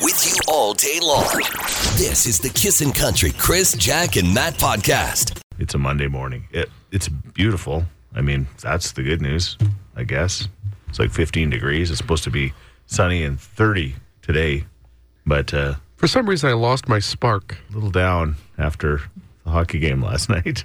with you all day long. This is the Kissin' Country Chris, Jack, and Matt podcast. It's a Monday morning. It it's beautiful. I mean, that's the good news, I guess. It's like 15 degrees. It's supposed to be sunny and 30 today, but uh, For some reason, I lost my spark. a little down after the hockey game last night.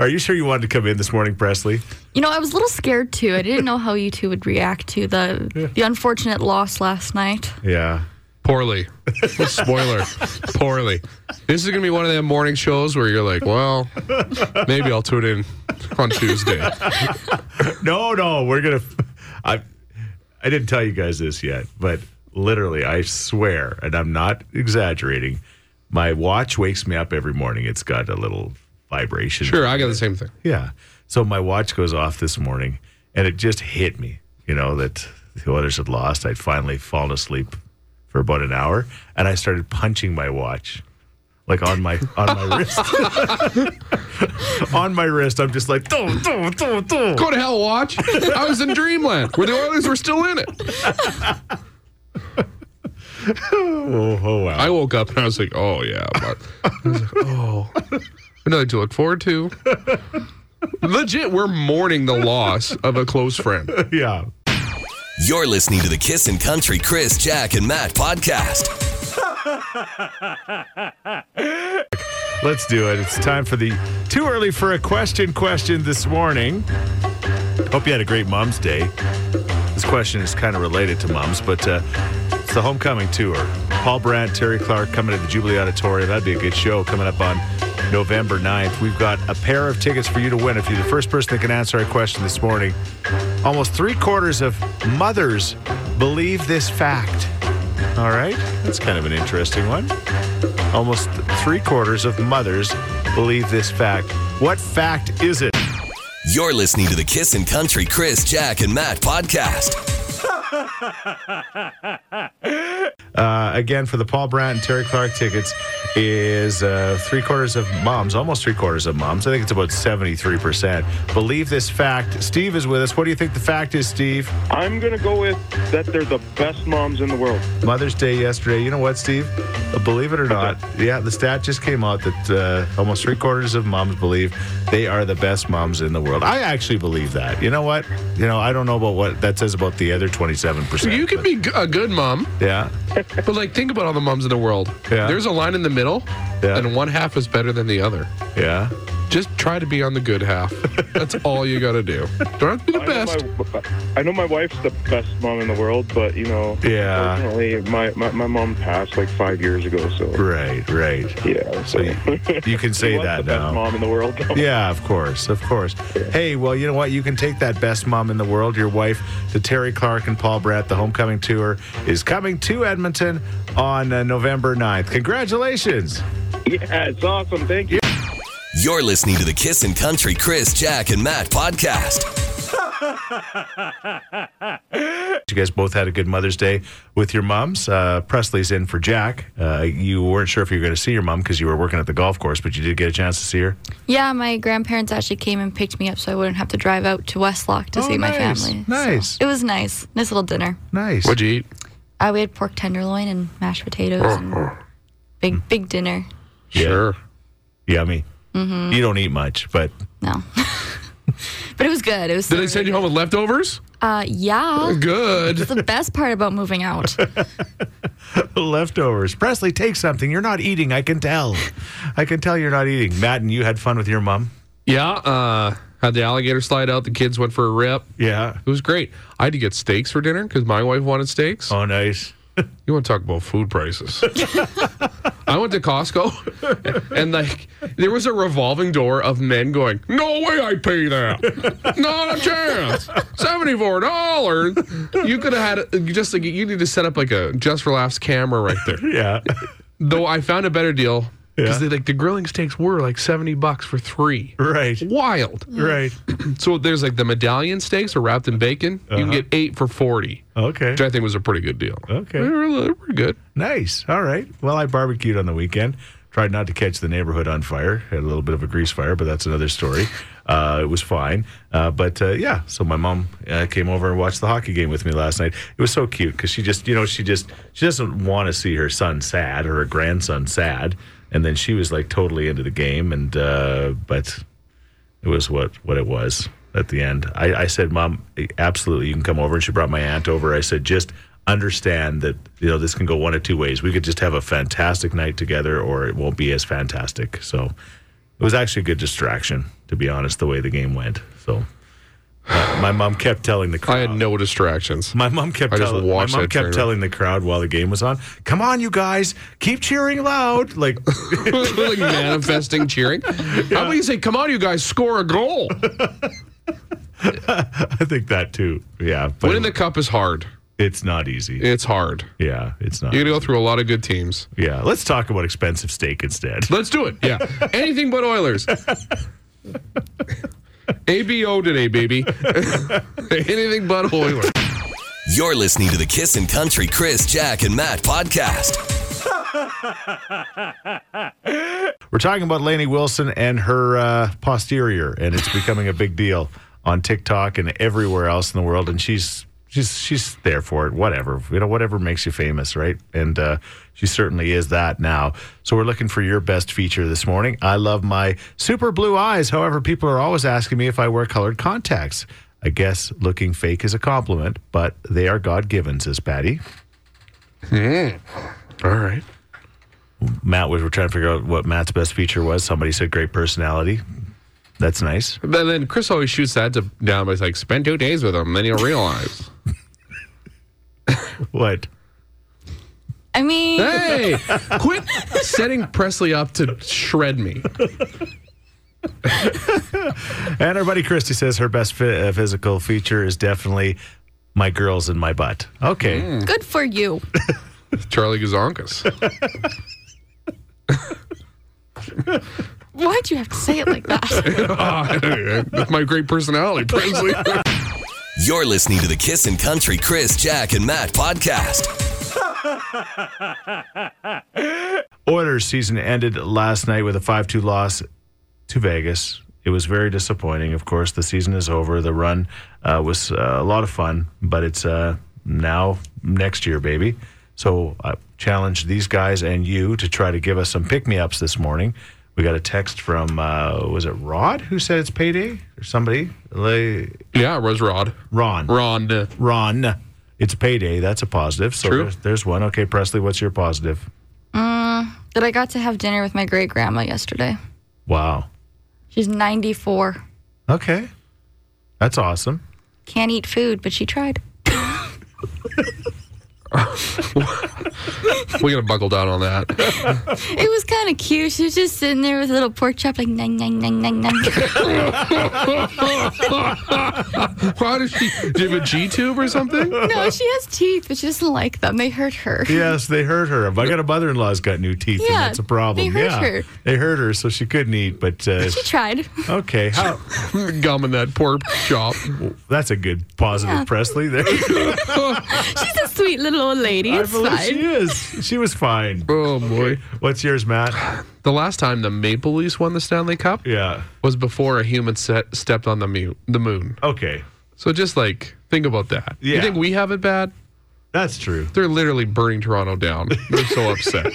Are you sure you wanted to come in this morning, Presley? You know, I was a little scared too. I didn't know how you two would react to the the unfortunate loss last night. Yeah. Poorly. Spoiler. Poorly. This is going to be one of them morning shows where you're like, well, maybe I'll tune in on Tuesday. No, no, we're gonna. I I didn't tell you guys this yet, but literally, I swear, and I'm not exaggerating. My watch wakes me up every morning. It's got a little vibration. Sure, I got the same thing. Yeah. So my watch goes off this morning, and it just hit me, you know, that the Oilers had lost. I'd finally fallen asleep for about an hour, and I started punching my watch, like on my on my wrist. on my wrist, I'm just like, do do do do. Go to hell, watch. I was in dreamland where the Oilers were still in it. Oh, oh wow. I woke up and I was like, oh, yeah. But I was like, oh, nothing to look forward to. Legit, we're mourning the loss of a close friend. yeah. You're listening to the Kissin' Country Chris, Jack, and Matt podcast. Let's do it. It's time for the too early for a question question this morning. Hope you had a great Mom's Day. This question is kind of related to Mom's, but uh, it's the homecoming tour. Paul Brandt, Terry Clark coming to the Jubilee Auditorium. That'd be a good show coming up on November 9th. We've got a pair of tickets for you to win if you're the first person that can answer our question this morning. Almost three quarters of mothers believe this fact. All right, that's kind of an interesting one. Almost three quarters of mothers believe this fact. What fact is it? You're listening to the Kissin' Country Chris, Jack, and Matt podcast. Uh, again, for the Paul Brandt and Terry Clark tickets, is uh, three quarters of moms, almost three quarters of moms. I think it's about 73%. Believe this fact. Steve is with us. What do you think the fact is, Steve? I'm going to go with that they're the best moms in the world. Mother's Day yesterday. You know what, Steve? Uh, Believe it or not, yeah, the stat just came out that uh, almost three quarters of moms believe they are the best moms in the world. I actually believe that. You know what? You know, I don't know about what that says about the other 27%. You can but- be g- a good mom. Yeah. But like, think about all the moms in the world. Yeah. There's a line in the middle, Yeah. and one half is better than the other. Yeah. Just try to be on the good half. That's all you got to do. Don't have to be the I best. Know my, I know my wife's the best mom in the world, but, you know, Yeah. unfortunately, my, my, my mom passed like five years ago, so, Right, right. yeah. So So, you, you can She say was that the now. best mom in the world. Yeah, of course, of course. Hey, well, you know what? You can take that best mom in the world, your wife, to Terry Clark and Paul Bratt. The homecoming tour is coming to Edmonton on uh, November 9th. Congratulations. Yeah, it's awesome. Thank you. You're listening to the Kissin' Country Chris, Jack, and Matt podcast. You guys both had a good Mother's Day with your moms. Uh, Presley's in for Jack. Uh, you weren't sure if you were going to see your mom because you were working at the golf course, but you did get a chance to see her. Yeah, my grandparents actually came and picked me up so I wouldn't have to drive out to Westlock to Oh, see my nice, family. nice. So it was nice. Nice little dinner. Nice. What'd you eat? Uh, we had pork tenderloin and mashed potatoes Uh-huh. and big big dinner. Yeah. Sure. Yummy. You don't eat much, but No. but it was good. It was Did they send you home with leftovers? uh yeah. Good. It's the best part about moving out. leftovers. Presley, take something. You're not eating. I can tell. I can tell you're not eating. Matt, and you had fun with your mom. Yeah. Uh, had the alligator slide out. The kids went for a rip. Yeah. It was great. I had to get steaks for dinner because my wife wanted steaks. Oh, nice. You want to talk about food prices? I went to Costco and like there was a revolving door of men going, "No way I pay that. Not a chance. Seventy-four dollars. You could have had you just like you need to set up like a just for laughs camera right there. Yeah. Though I found a better deal Yeah. because like the grilling steaks were like seventy bucks for three. right. Wild. Right. So there's like the medallion steaks are wrapped in bacon. You can Mm. Uh-huh. get eight for forty, Okay. which I think was a pretty good deal. Okay. They were, they were good. Nice. All right. Well, I barbecued on the weekend. Tried not to catch the neighborhood on fire. Had a little bit of a grease fire, but that's another story. Uh, it was fine. Uh, but uh, yeah, so my mom uh, came over and watched the hockey game with me last night. It was so cute because she just, you know, she just, she doesn't want to see her son sad or her grandson sad. And then she was like totally into the game. And, uh, but it was what what it was at the end. I, I said, "Mom, eh, absolutely, you can come over." And she brought my aunt over. I said, "Just understand that you know this can go one of two ways. We could just have a fantastic night together, or it won't be as fantastic." So it was actually a good distraction, to be honest, the way the game went. So uh, my mom kept telling the crowd. I had no distractions. My mom kept I just telling my watched mom that train kept wreck. telling the crowd while the game was on, "Come on, you guys, keep cheering loud!" Like like manifesting cheering. How about you say, "Come on, you guys, score a goal"? I think that too. Yeah, but Winning the cup is hard. it's not easy. It's hard. yeah, it's not. You gotta go through a lot of good teams. Yeah, let's talk about expensive steak instead. Let's do it. Yeah. Anything but Oilers. ABO today, baby. Anything but Oilers. You're listening to the Kissin' Country Chris, Jack, and Matt podcast. We're talking about Lainey Wilson and her uh, posterior, and it's becoming a big deal on TikTok and everywhere else in the world. And she's she's she's there for it. Whatever you know, whatever makes you famous, right? And uh, she certainly is that now. So we're looking for your best feature this morning. I love my super blue eyes. However, people are always asking me if I wear colored contacts. I guess looking fake is a compliment, but they are God given, says Patty. All right. Matt was we're trying to figure out what Matt's best feature was. Somebody said great personality. That's nice. And then Chris always shoots that to down, but he's like, spend two days with him, then you'll realize. What? I mean, hey, quit setting Presley up to shred me. And our buddy Christy says her best fi- uh, physical feature is definitely my girls and my butt. Okay. good for you. Charlie Gazonkas. Why'd you have to say it like that? That's my great personality, Presley. You're listening to the Kissin' Country Chris, Jack, and Matt podcast. Oilers season ended last night with a 5 2 loss to Vegas. It was very disappointing. Of course, the season is over. The run uh, was uh, a lot of fun, but it's uh, now next year, baby. So I challenge these guys and you to try to give us some pick me ups this morning. We got a text from, uh, was it Rod who said it's payday or somebody? Le- yeah, it was Rod. Ron. Ron. Ron. It's payday. That's a positive. So True. There's, there's one. Okay, Presley, what's your positive? that I got to have dinner with my great grandma yesterday. Wow. She's 94. Okay. That's awesome. Can't eat food, but she tried. We gotta buckle down on that. It was kind of cute. She was just sitting there with a little pork chop, like, nang, nang, nang, nang, nang. Why does she do you have a G tube or something? no, she has teeth, but she doesn't like them. They hurt her. Yes, they hurt her. I got a mother in law's got new teeth, and Yeah, that's a problem. they hurt yeah. her. They hurt her, so she couldn't eat. But uh, She tried. okay, how, Gum in that pork chop. that's a good positive, Yeah. Presley. There. She's a sweet little old lady. I It's believe fine. she is. She was fine. Oh boy. What's yours, Matt? The last time the Maple Leafs won the Stanley Cup Yeah. was before a human set, stepped on the, mu- the moon. Okay, So just like think about that. Yeah. You think we have it bad? that's true. They're literally burning Toronto down. They're so upset.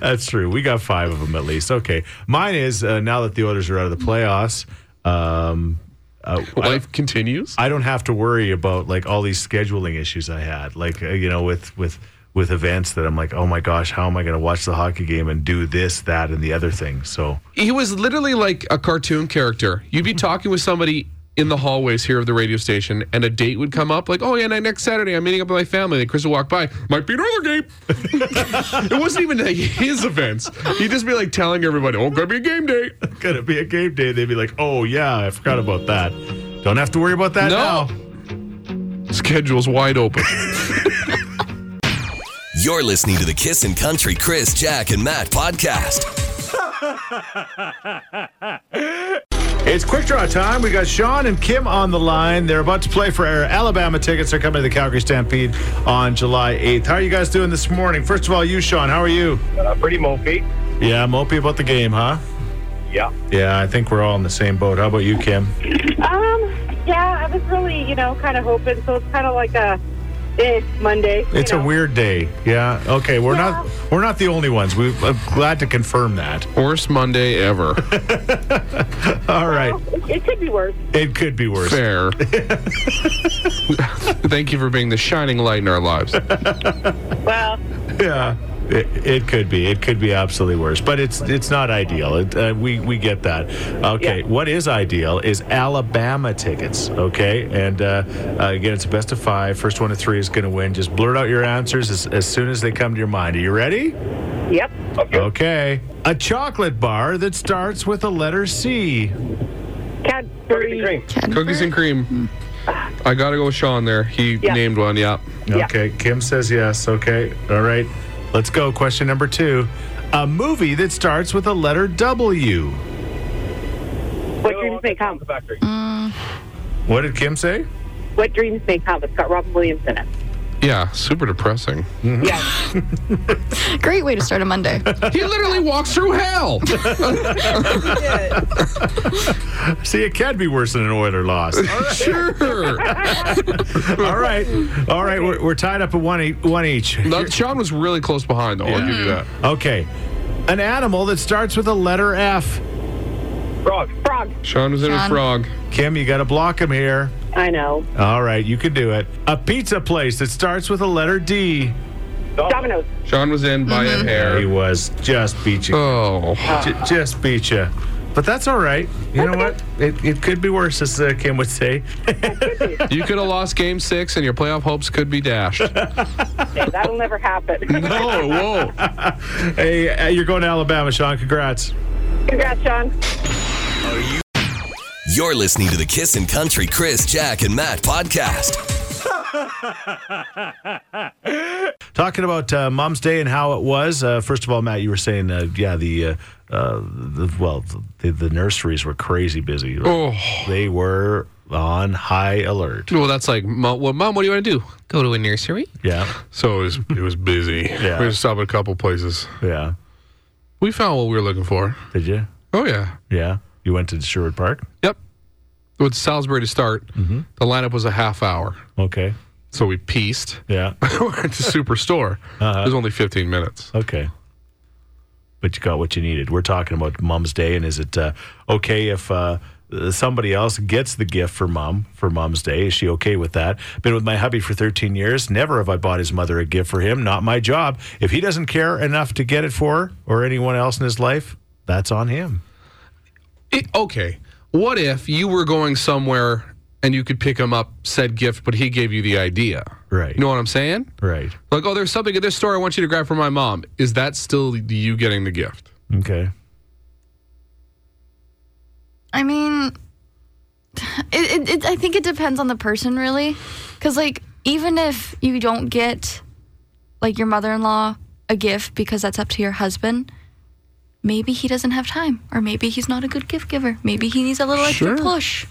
That's true. We got five of them at least. Okay. Mine is uh, now that the orders are out of the playoffs. Um, uh, I, Life continues. I don't have to worry about like all these scheduling issues I had, like uh, you know, with with with events that I'm like, oh my gosh, how am I going to watch the hockey game and do this, that, and the other thing? So He was literally like a cartoon character. You'd be talking with somebody in the hallways here of the radio station, and a date would come up like, oh, yeah, and next Saturday I'm meeting up with my family. And Chris would walk by, might be another game. it wasn't even like his events. He'd just be like telling everybody, oh, gonna be a game day. gonna be a game day. They'd be like, oh yeah, I forgot about that. Don't have to worry about that No. now. Schedule's wide open. You're listening to the Kissin' Country Chris, Jack, and Matt podcast. It's quick draw time. We got Sean and Kim on the line. They're about to play for our Alabama tickets. They're coming to the Calgary Stampede on July 8th. How are you guys doing this morning? First of all, you, Sean, how are you? Uh, pretty mopey. Yeah, mopey about the game, huh? yeah. Yeah, I think we're all in the same boat. How about you, Kim? Um, yeah, I was really, you know, kind of hoping. So it's kind of like a eh, Monday. you It's a know. weird day. Yeah. Okay, we're not we're not the only ones. We I'm glad to confirm that. Worst Monday ever. All right. It, it could be worse. It could be worse. Fair. Thank you for being the shining light in our lives. Well, Yeah. It, it could be. It could be absolutely worse, but it's it's not ideal. It, uh, we we get that. Okay, Yeah. what is ideal is Alabama tickets. Okay, and uh, uh, again, it's a best of five. First one to three is going to win. Just blurt out your answers as, as soon as they come to your mind. Are you ready? yep. Okay. A chocolate bar that starts with the letter C. Pretty Cadbury. green. Cookies and cream. I gotta go with Sean there. He Yeah. named one, yeah. Yeah. Okay, Kim says yes. Okay, all right. Let's go. Question number two. A movie that starts with a letter W. What dreams may come? Factory. What did Kim say? What dreams may come? It's got Robin Williams in it. Yeah, super depressing. Mm-hmm. Yeah. Great way to start a Monday. He literally walks through hell. See, it can be worse than an Oiler loss. sure. all right, all right. We're, we're tied up at one, e- one each. That, Sean was really close behind, though. I'll give you that. Okay. An animal that starts with a letter F. Frog. Frog. Sean was in a Sean. frog. Kim, you got to block him here. I know. All right, you can do it. A pizza place that starts with a letter D. Dominoes. Sean was in by a He hair. was just beat you. Oh. J- just beat you. But that's all right. You know what? It, it could be worse, as uh, Kim would say. You could have lost game six and your playoff hopes could be dashed. Okay, that'll never happen. No, whoa. hey, uh, you're going to Alabama, Sean. Congrats. Congrats, Sean. You're listening to the Kissin' Country Chris, Jack, and Matt podcast. Talking about uh, Mom's Day and how it was. Uh, first of all, Matt, you were saying, uh, yeah, the, uh, uh, the well, the, the nurseries were crazy busy. Oh. They were on high alert. Well, that's like, Mom, well, Mom, what do you want to do? Go to a nursery? Yeah, So it was, it was busy. Yeah. We had to stop at a couple places. yeah. We found what we were looking for. Did you? Oh, yeah. Yeah. You went to Sherwood Park. Yep. With Salisbury to start, the lineup was a half hour. Okay. So we pieced. Yeah. We're at the superstore. Uh-huh. It was only 15 minutes. Okay. But you got what you needed. We're talking about Mom's Day, and is it uh, okay if uh, somebody else gets the gift for Mom for Mom's Day? Is she okay with that? Been with my hubby for 13 years. Never have I bought his mother a gift for him. Not my job. If he doesn't care enough to get it for her or anyone else in his life, that's on him. It, okay. What if you were going somewhere and you could pick him up said gift, but he gave you the idea? Right. You know what I'm saying? Right. Like, oh, there's something at this store I want you to grab for my mom. Is that still you getting the gift? Okay. I mean, it, it, it, I think it depends on the person, really. Because, like, even if you don't get, like, your mother in law a gift because that's up to your husband, maybe he doesn't have time. Or maybe he's not a good gift giver. Maybe he needs a little extra Sure. push.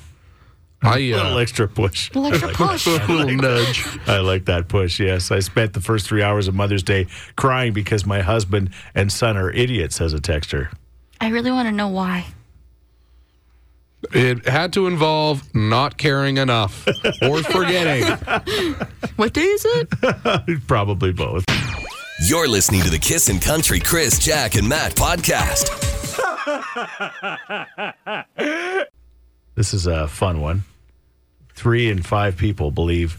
I A little uh, Oh, extra push. A little extra push. a little nudge. I like that push. Yes, I spent the first three hours of Mother's Day crying because my husband and son are idiots, says a texter. I really want to know why. It had to involve not caring enough or forgetting. What day is it? Probably both. You're listening to the Kissin' Country Chris, Jack, and Matt podcast. This is a fun one. Three in five people believe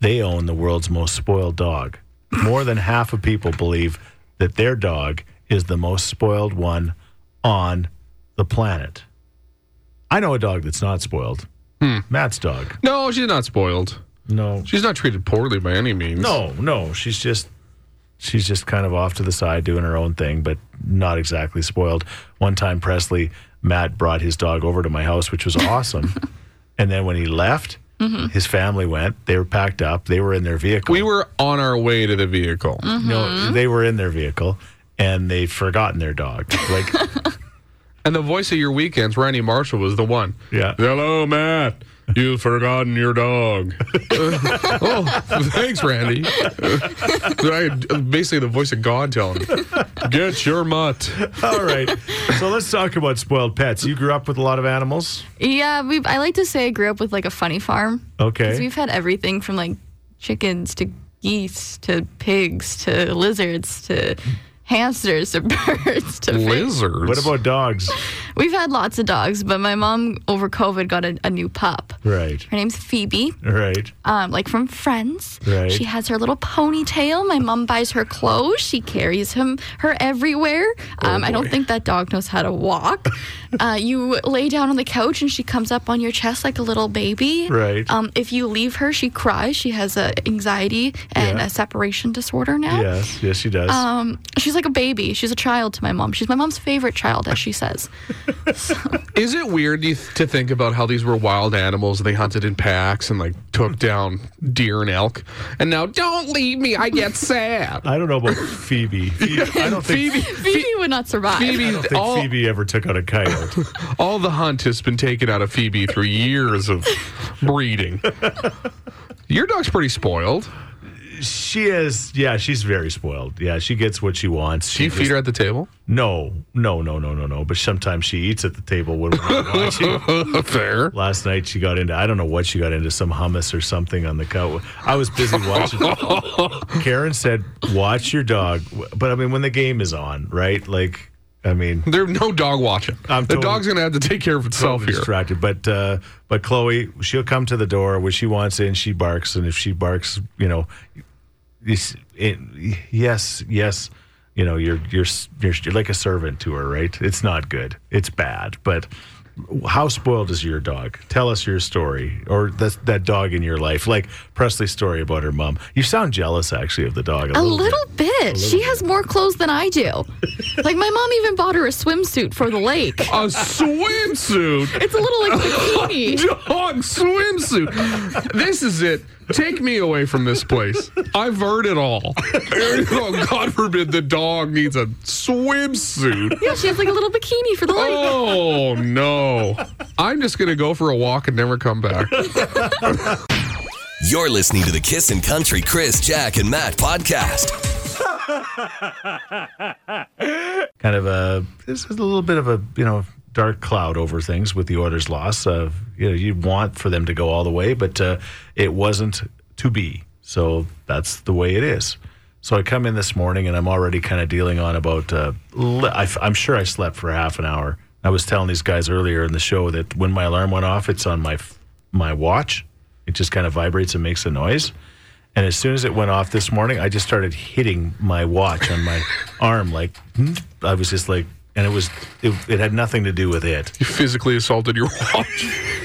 they own the world's most spoiled dog. More than half of people believe that their dog is the most spoiled one on the planet. I know a dog that's not spoiled. Matt's dog. No, she's not spoiled. No. She's not treated poorly by any means. No, no. She's just she's just kind of off to the side doing her own thing, but not exactly spoiled. One time Presley, Matt brought his dog over to my house, which was awesome. and then when he left, his family went. They were packed up. They were in their vehicle. We were on our way to the vehicle. no, they were in their vehicle and they'd forgotten their dog. Like And the voice of your weekends, Randy Marshall, was the one. Yeah. Hello, Matt. You've forgotten your dog. oh, thanks, Randy. I, basically, the voice of God telling me, get your mutt. All right. So let's talk about spoiled pets. You grew up with a lot of animals. Yeah, we. I like to say I grew up with like a funny farm. 'Cause Okay. We've had everything from like chickens to geese to pigs to lizards to hamsters to birds to fish. Lizards. What about dogs? We've had lots of dogs, but my mom over COVID got a, a new pup. Right. Her name's Phoebe, Right. um, like from Friends. Right. She has her little ponytail. My mom buys her clothes. She carries him her everywhere. Oh, Um, I don't think that dog knows how to walk. uh, you lay down on the couch and she comes up on your chest like a little baby. Right. Um, if you leave her, she cries. She has a anxiety and Yeah. a separation disorder now. Yes. Yes, she does. Um, she's like a baby. She's a child to my mom. She's my mom's favorite child, as she says. Is it weird you th- to think about how these were wild animals and they hunted in packs and like took down deer and elk? And now, don't leave me, I get sad. I don't know about Phoebe. Phoebe I don't think Phoebe, Phoebe would not survive. I Phoebe, don't think all, Phoebe ever took out a coyote. all the hunt has been taken out of Phoebe through years of breeding. Your dog's pretty spoiled. she is. Yeah, she's very spoiled. Yeah, she gets what she wants. Do you feed her at the table? No, no, no, no, no, no. But sometimes she eats at the table when we're not watching. Fair. Last night she got into I don't know what she got into some hummus or something on the couch. I was busy watching. Karen said, "Watch your dog." But I mean, when the game is on, right? Like, I mean, There's no dog watching. I'm the totally- dog's going to have to take care of itself totally here. distracted. But uh, but Chloe, she'll come to the door when she wants in. She barks, and if she barks, you know, this- it, yes, yes, you know, you're you're you're you're like a servant to her, right? It's not good. It's bad. But how spoiled is your dog? Tell us your story, or that that dog in your life, like Presley's story about her mom. You sound jealous, actually, of the dog. A little bit. she has more clothes than I do. like my mom even bought her a swimsuit for the lake. A swimsuit. It's a little like bikini. dog swimsuit. This is it. Take me away from this place. I've heard it all. Oh, God forbid the dog needs a swimsuit. yeah, she has like a little bikini for the lake. Oh no. I'm just gonna go for a walk and never come back. You're listening to the Kissin' Country Chris, Jack, and Matt podcast. kind of a this is a little bit of a you know dark cloud over things with the orders loss of you know you want for them to go all the way but uh, it wasn't to be so that's the way it is so i come in this morning and i'm already kind of dealing on about uh, le- I, am sure i slept for half an hour i was telling these guys earlier in the show that when my alarm went off it's on my f- my watch it just kind of vibrates and makes a noise and as soon as it went off this morning, I just started hitting my watch on my arm. Like I was just like, and it was it, it had nothing to do with it. You physically assaulted your watch.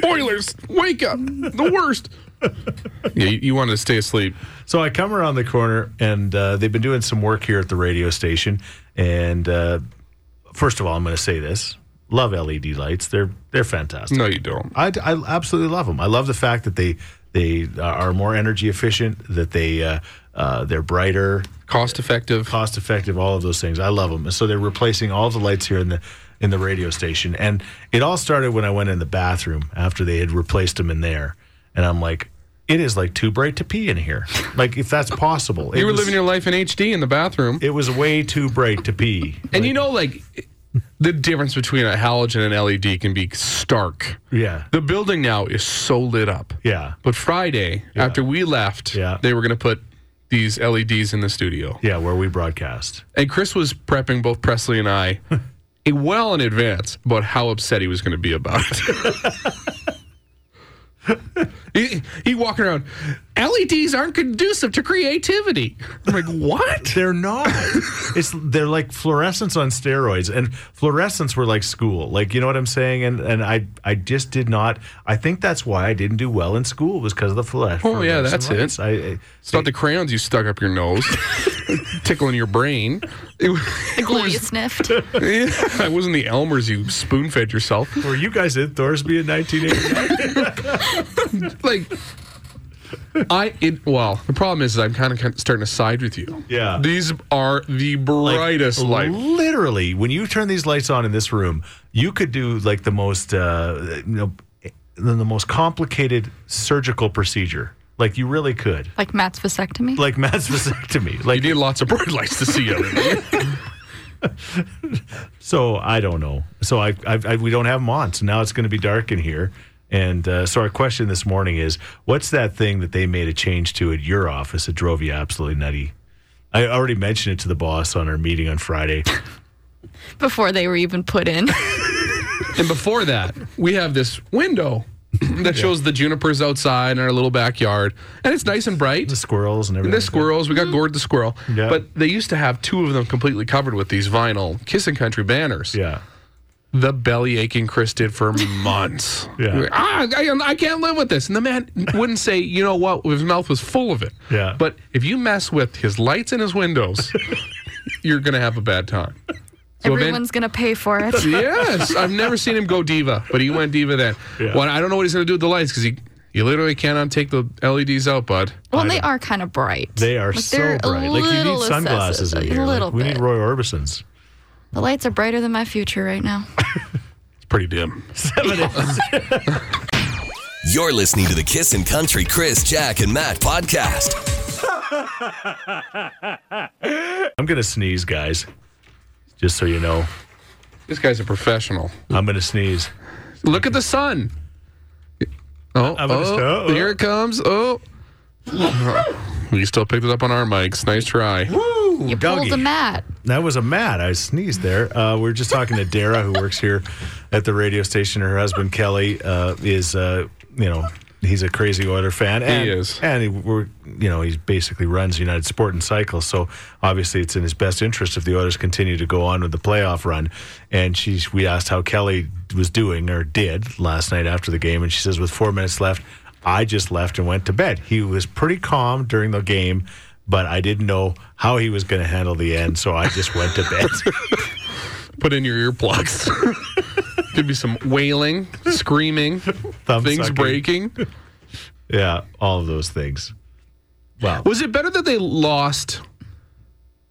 Boilers, wake up. The worst. Yeah, you, you wanted to stay asleep. So I come around the corner, and uh, they've been doing some work here at the radio station. And uh, first of all, I'm going to say this: love LED lights. They're they're fantastic. No, you don't. I, I absolutely love them. I love the fact that they they are more energy efficient. That they uh, uh, they're brighter. Cost effective. cost effective, all of those things. I love them. So they're replacing all the lights here in the in the radio station. And it all started when I went in the bathroom after they had replaced them in there. And I'm like, it is like too bright to pee in here. Like if that's possible. It You were was, living your life in HD in the bathroom. it was way too bright to pee. And you know, like the difference between a halogen and LED can be stark. Yeah. The building now is so lit up. Yeah. But Friday, after we left, Yeah. they were going to put these LEDs in the studio. Yeah, where we broadcast. And Chris was prepping both Presley and I eh, well in advance about how upset he was going to be about it. he, he walking around, LEDs aren't conducive to creativity. I'm like, what? They're not. it's they're like fluorescence on steroids, and fluorescents were like school. Like you know what I'm saying? And and I I just did not. I think that's why I didn't do well in school was because of the fluores- Oh, fluorescent. yeah, that's it. lights. I, I It's not the crayons you stuck up your nose, tickling your brain. It, wa- The glue you sniffed. it wasn't the Elmers you spoon fed yourself. were you guys in Thorsby in 1989? Like, I it well. The problem is, is I'm kind of starting to side with you. Yeah. these are the Like, brightest light. Literally, when you turn these lights on in this room, you could do like the most. Uh, you know, than the most complicated surgical procedure. Like you really could. Like Matt's vasectomy. Like mass vasectomy. Like You need lots of bright lights to see everything. So I don't know. So I, I, I we don't have them on. So now it's going to be dark in here. And uh, so our question this morning is, what's that thing that they made a change to at your office that drove you absolutely nutty? I already mentioned it to the boss on our meeting on Friday. before they were even put in. and before that, we have this window that shows the junipers outside in our little backyard, and it's nice and bright. the squirrels and everything. And the squirrels, we got Gord the squirrel. Yeah. But they used to have two of them completely covered with these vinyl Kissing Country banners. Yeah. The belly aching Chris did for months. Yeah. Like, ah, I, I can't live with this. And the man wouldn't say, you know what? His mouth was full of it. Yeah. But if you mess with his lights and his windows, you're going to have a bad time. So event- Everyone's gonna pay for it. yes, I've never seen him go diva, but he went diva then. Yeah. Well, I don't know what he's going to do with the lights because he, you literally cannot take the LEDs out, bud. Well, and they are kind of bright. They are Like, so they're a bright. Like you little need excessive, sunglasses in here. A Like, little we bit. need Roy Orbison's. the lights are brighter than my future right now. It's pretty dim. You're listening to the Kissin' Country Chris, Jack, and Matt podcast. I'm going to sneeze, guys. Just so you know, This guy's a professional. I'm going to sneeze. Look at the sun. Oh, I'm gonna oh, stop. here it comes. Oh. we still picked it up on our mics. Nice try. You doggy. pulled a mat. That was a Matt. I sneezed there. Uh, we were just talking to Dara, who works here at the radio station. Her husband Kelly uh, is, uh, you know, he's a crazy Oiler fan. And, is. and he, we're, you know, he basically runs United Sport and Cycle. So obviously, it's in his best interest if the Oilers continue to go on with the playoff run. And she, we asked how Kelly was doing or did last night after the game, and she says, with four minutes left, I just left and went to bed. He was pretty calm during the game. But I didn't know how he was going to handle the end, so I just went to bed. Put in your earplugs. Could be some wailing, screaming, Thumb things sucking. breaking. Yeah, all of those things. Wow. Was it better that they lost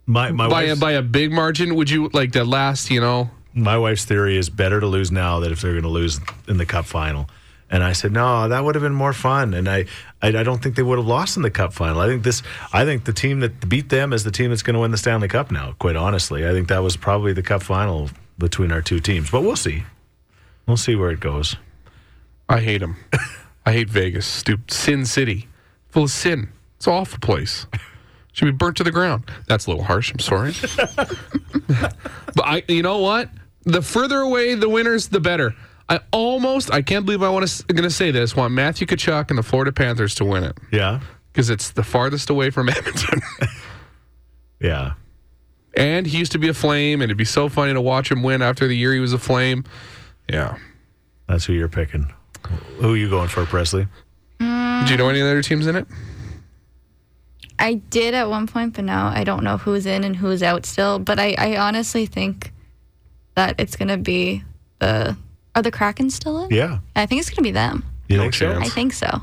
My my by a, wife's, by a big margin? Would you like that last, you know? my wife's theory is better to lose now than if they're going to lose in the cup final. And I said, no, that would have been more fun. And I, I, I don't think they would have lost in the cup final. I think this, I think the team that beat them is the team that's going to win the Stanley Cup now. Quite honestly, I think that was probably the cup final between our two teams. But we'll see, we'll see where it goes. I hate them. I hate Vegas. Stupid Sin City, full of sin. It's an awful place. Should be burnt to the ground. That's a little harsh. I'm sorry. but I, you know what? The further away the winners, the better. I almost, I can't believe I want to going to say this. Want Matthew Kachuk and the Florida Panthers to win it Yeah, because it's the farthest away from Edmonton. yeah, and he used to be a Flame, and it'd be so funny to watch him win after the year he was a Flame. Yeah. that's who you're picking. Who are you going for, Presley? Do you know any other teams in it? I did at one point, but now I don't know who's in and who's out still. But I, I honestly think that it's gonna be the are the Kraken still in? Yeah, I think it's gonna be them. you No think so? chance. I think so.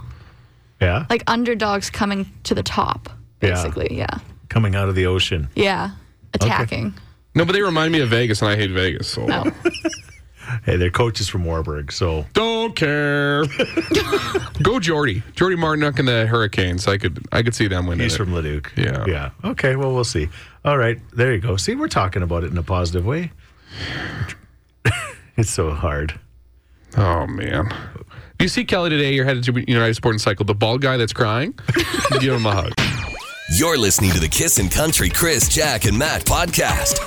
Yeah, Like underdogs coming to the top, Yeah. basically. Yeah. coming out of the ocean. Yeah. Attacking. No, but they remind me of Vegas, and I hate Vegas. So. No. Hey, their coach is from Warburg, so Don't care. Go Jordy. Jordy Martinuk and the Hurricanes. I could I could see them winning. he's it. from Leduc. Yeah. Yeah. Okay, well, we'll see. All right, there you go. See, we're talking about it in a positive way. it's so hard. Oh man. If you see Kelly today, you're headed to United Sport and Cycle. The bald guy that's crying, give him a hug. You're listening to the Kissin' Country Chris, Jack, and Matt podcast.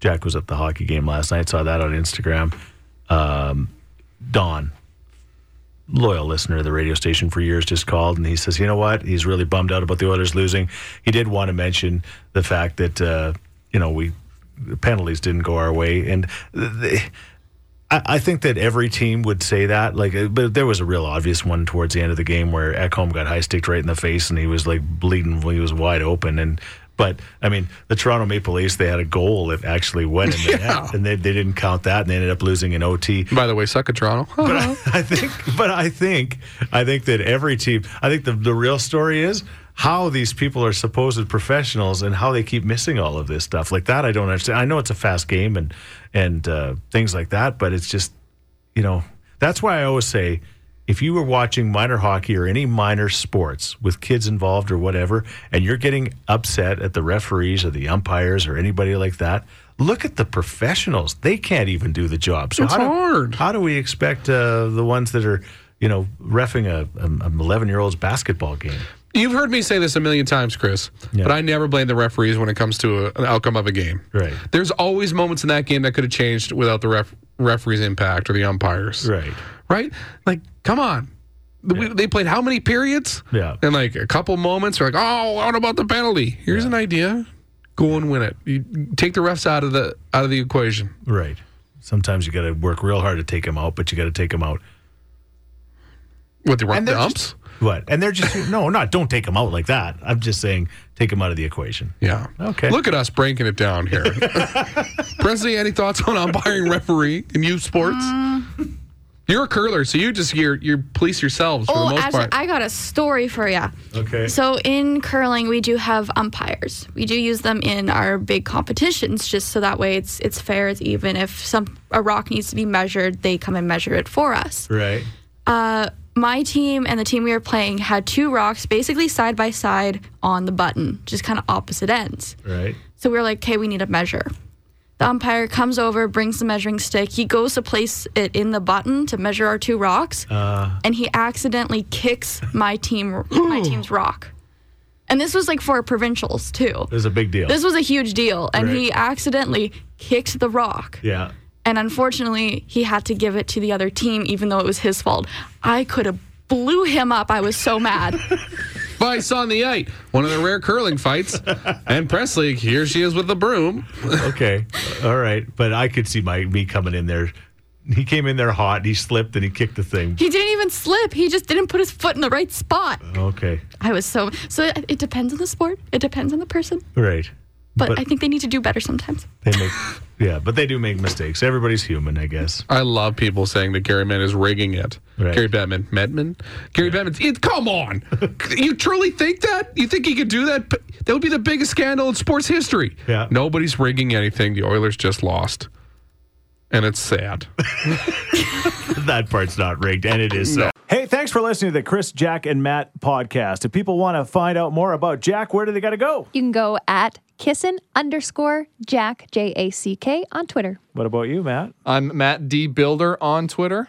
Jack was at the hockey game last night, saw that on Instagram. Um, Don, loyal listener of the radio station for years, just called and he says, you know what? He's really bummed out about the Oilers losing. He did want to mention the fact that, uh, you know, we the penalties didn't go our way. And the, I, I think that every team would say that. Like, uh, but there was a real obvious one towards the end of the game where Ekholm got high sticked right in the face, and he was like bleeding. He was wide open. And but I mean, the Toronto Maple Leafs they had a goal that actually went in the net, and they, they didn't count that, and they ended up losing in OT. By the way, suck at Toronto. But I, I think, but I think, I think that every team. I think the the real story is how these people are supposed professionals and how they keep missing all of this stuff like that. I don't understand. I know it's a fast game and and uh, things like that, but it's just you know, that's why I always say if you were watching minor hockey or any minor sports with kids involved or whatever, and you're getting upset at the referees or the umpires or anybody like that, look at the professionals. They can't even do the job. So It's how do, hard. How do we expect uh, the ones that are, you know, refing a, an 11 year old's basketball game? You've heard me say this a million times, Chris, Yeah. but I never blame the referees when it comes to a, an outcome of a game. Right. There's always moments in that game that could have changed without the ref, referee's impact or the umpires. Right. Right? Like, come on. The- we- They played how many periods? Yeah. And like a couple moments, we're like, oh, what about the penalty? Here's an idea. Go and win it. You take the refs out of the out of the equation. Right. Sometimes you got to work real hard to take them out, but you got to take them out. What they were And they're dumps? just- What? And they're just, no, not, don't take them out like that. I'm just saying take them out of the equation. Yeah. Okay. Look at us breaking it down here. Presley, any thoughts on umpiring referee in youth sports? Mm. You're a curler, so you just you're, you police yourselves for the Oh, most actually, part. I got a story for you. Okay. So in curling, we do have umpires. We do use them in our big competitions, just so that way it's it's fair. It's even if some a rock needs to be measured, they come and measure it for us. Right. Uh, my team and the team we were playing had two rocks basically side by side on the button, just kind of opposite ends. Right. So we were like, okay, we need a measure. The umpire comes over, brings the measuring stick. He goes to place it in the button to measure our two rocks, Uh. and he accidentally kicks my team, my team's rock. And this was like for provincials too. It was a big deal. This was a huge deal, and he Right. accidentally kicked the rock. yeah. And unfortunately, he had to give it to the other team, even though it was his fault. I could have blew him up. I was so mad. Vice on the eight, one of the rare curling fights. and Presley, here she is with the broom. Okay. All right. But I could see my me coming in there. He came in there hot. He slipped and he kicked the thing. he didn't even slip. He just didn't put his foot in the right spot. Okay. I was so so. It, it depends on the sport. It depends on the person. Right. But, But- I think they need to do better sometimes. They make. yeah. But they do make mistakes. Everybody's human, I guess. I love people saying that Gary Medman is rigging it. Right. Gary Bettman. Medman? Gary Bettman. It, come on. you truly think that? You think he could do that? That would be the biggest scandal in sports history. Yeah. Nobody's rigging anything. The Oilers just lost. And it's sad. that part's not rigged, and it is so. Hey, thanks for listening to the Chris, Jack, and Matt podcast. If people want to find out more about Jack, where do they got to go? You can go at kissin underscore Jack, J A C K, on Twitter. What about you, Matt? I'm Matt D Builder on Twitter.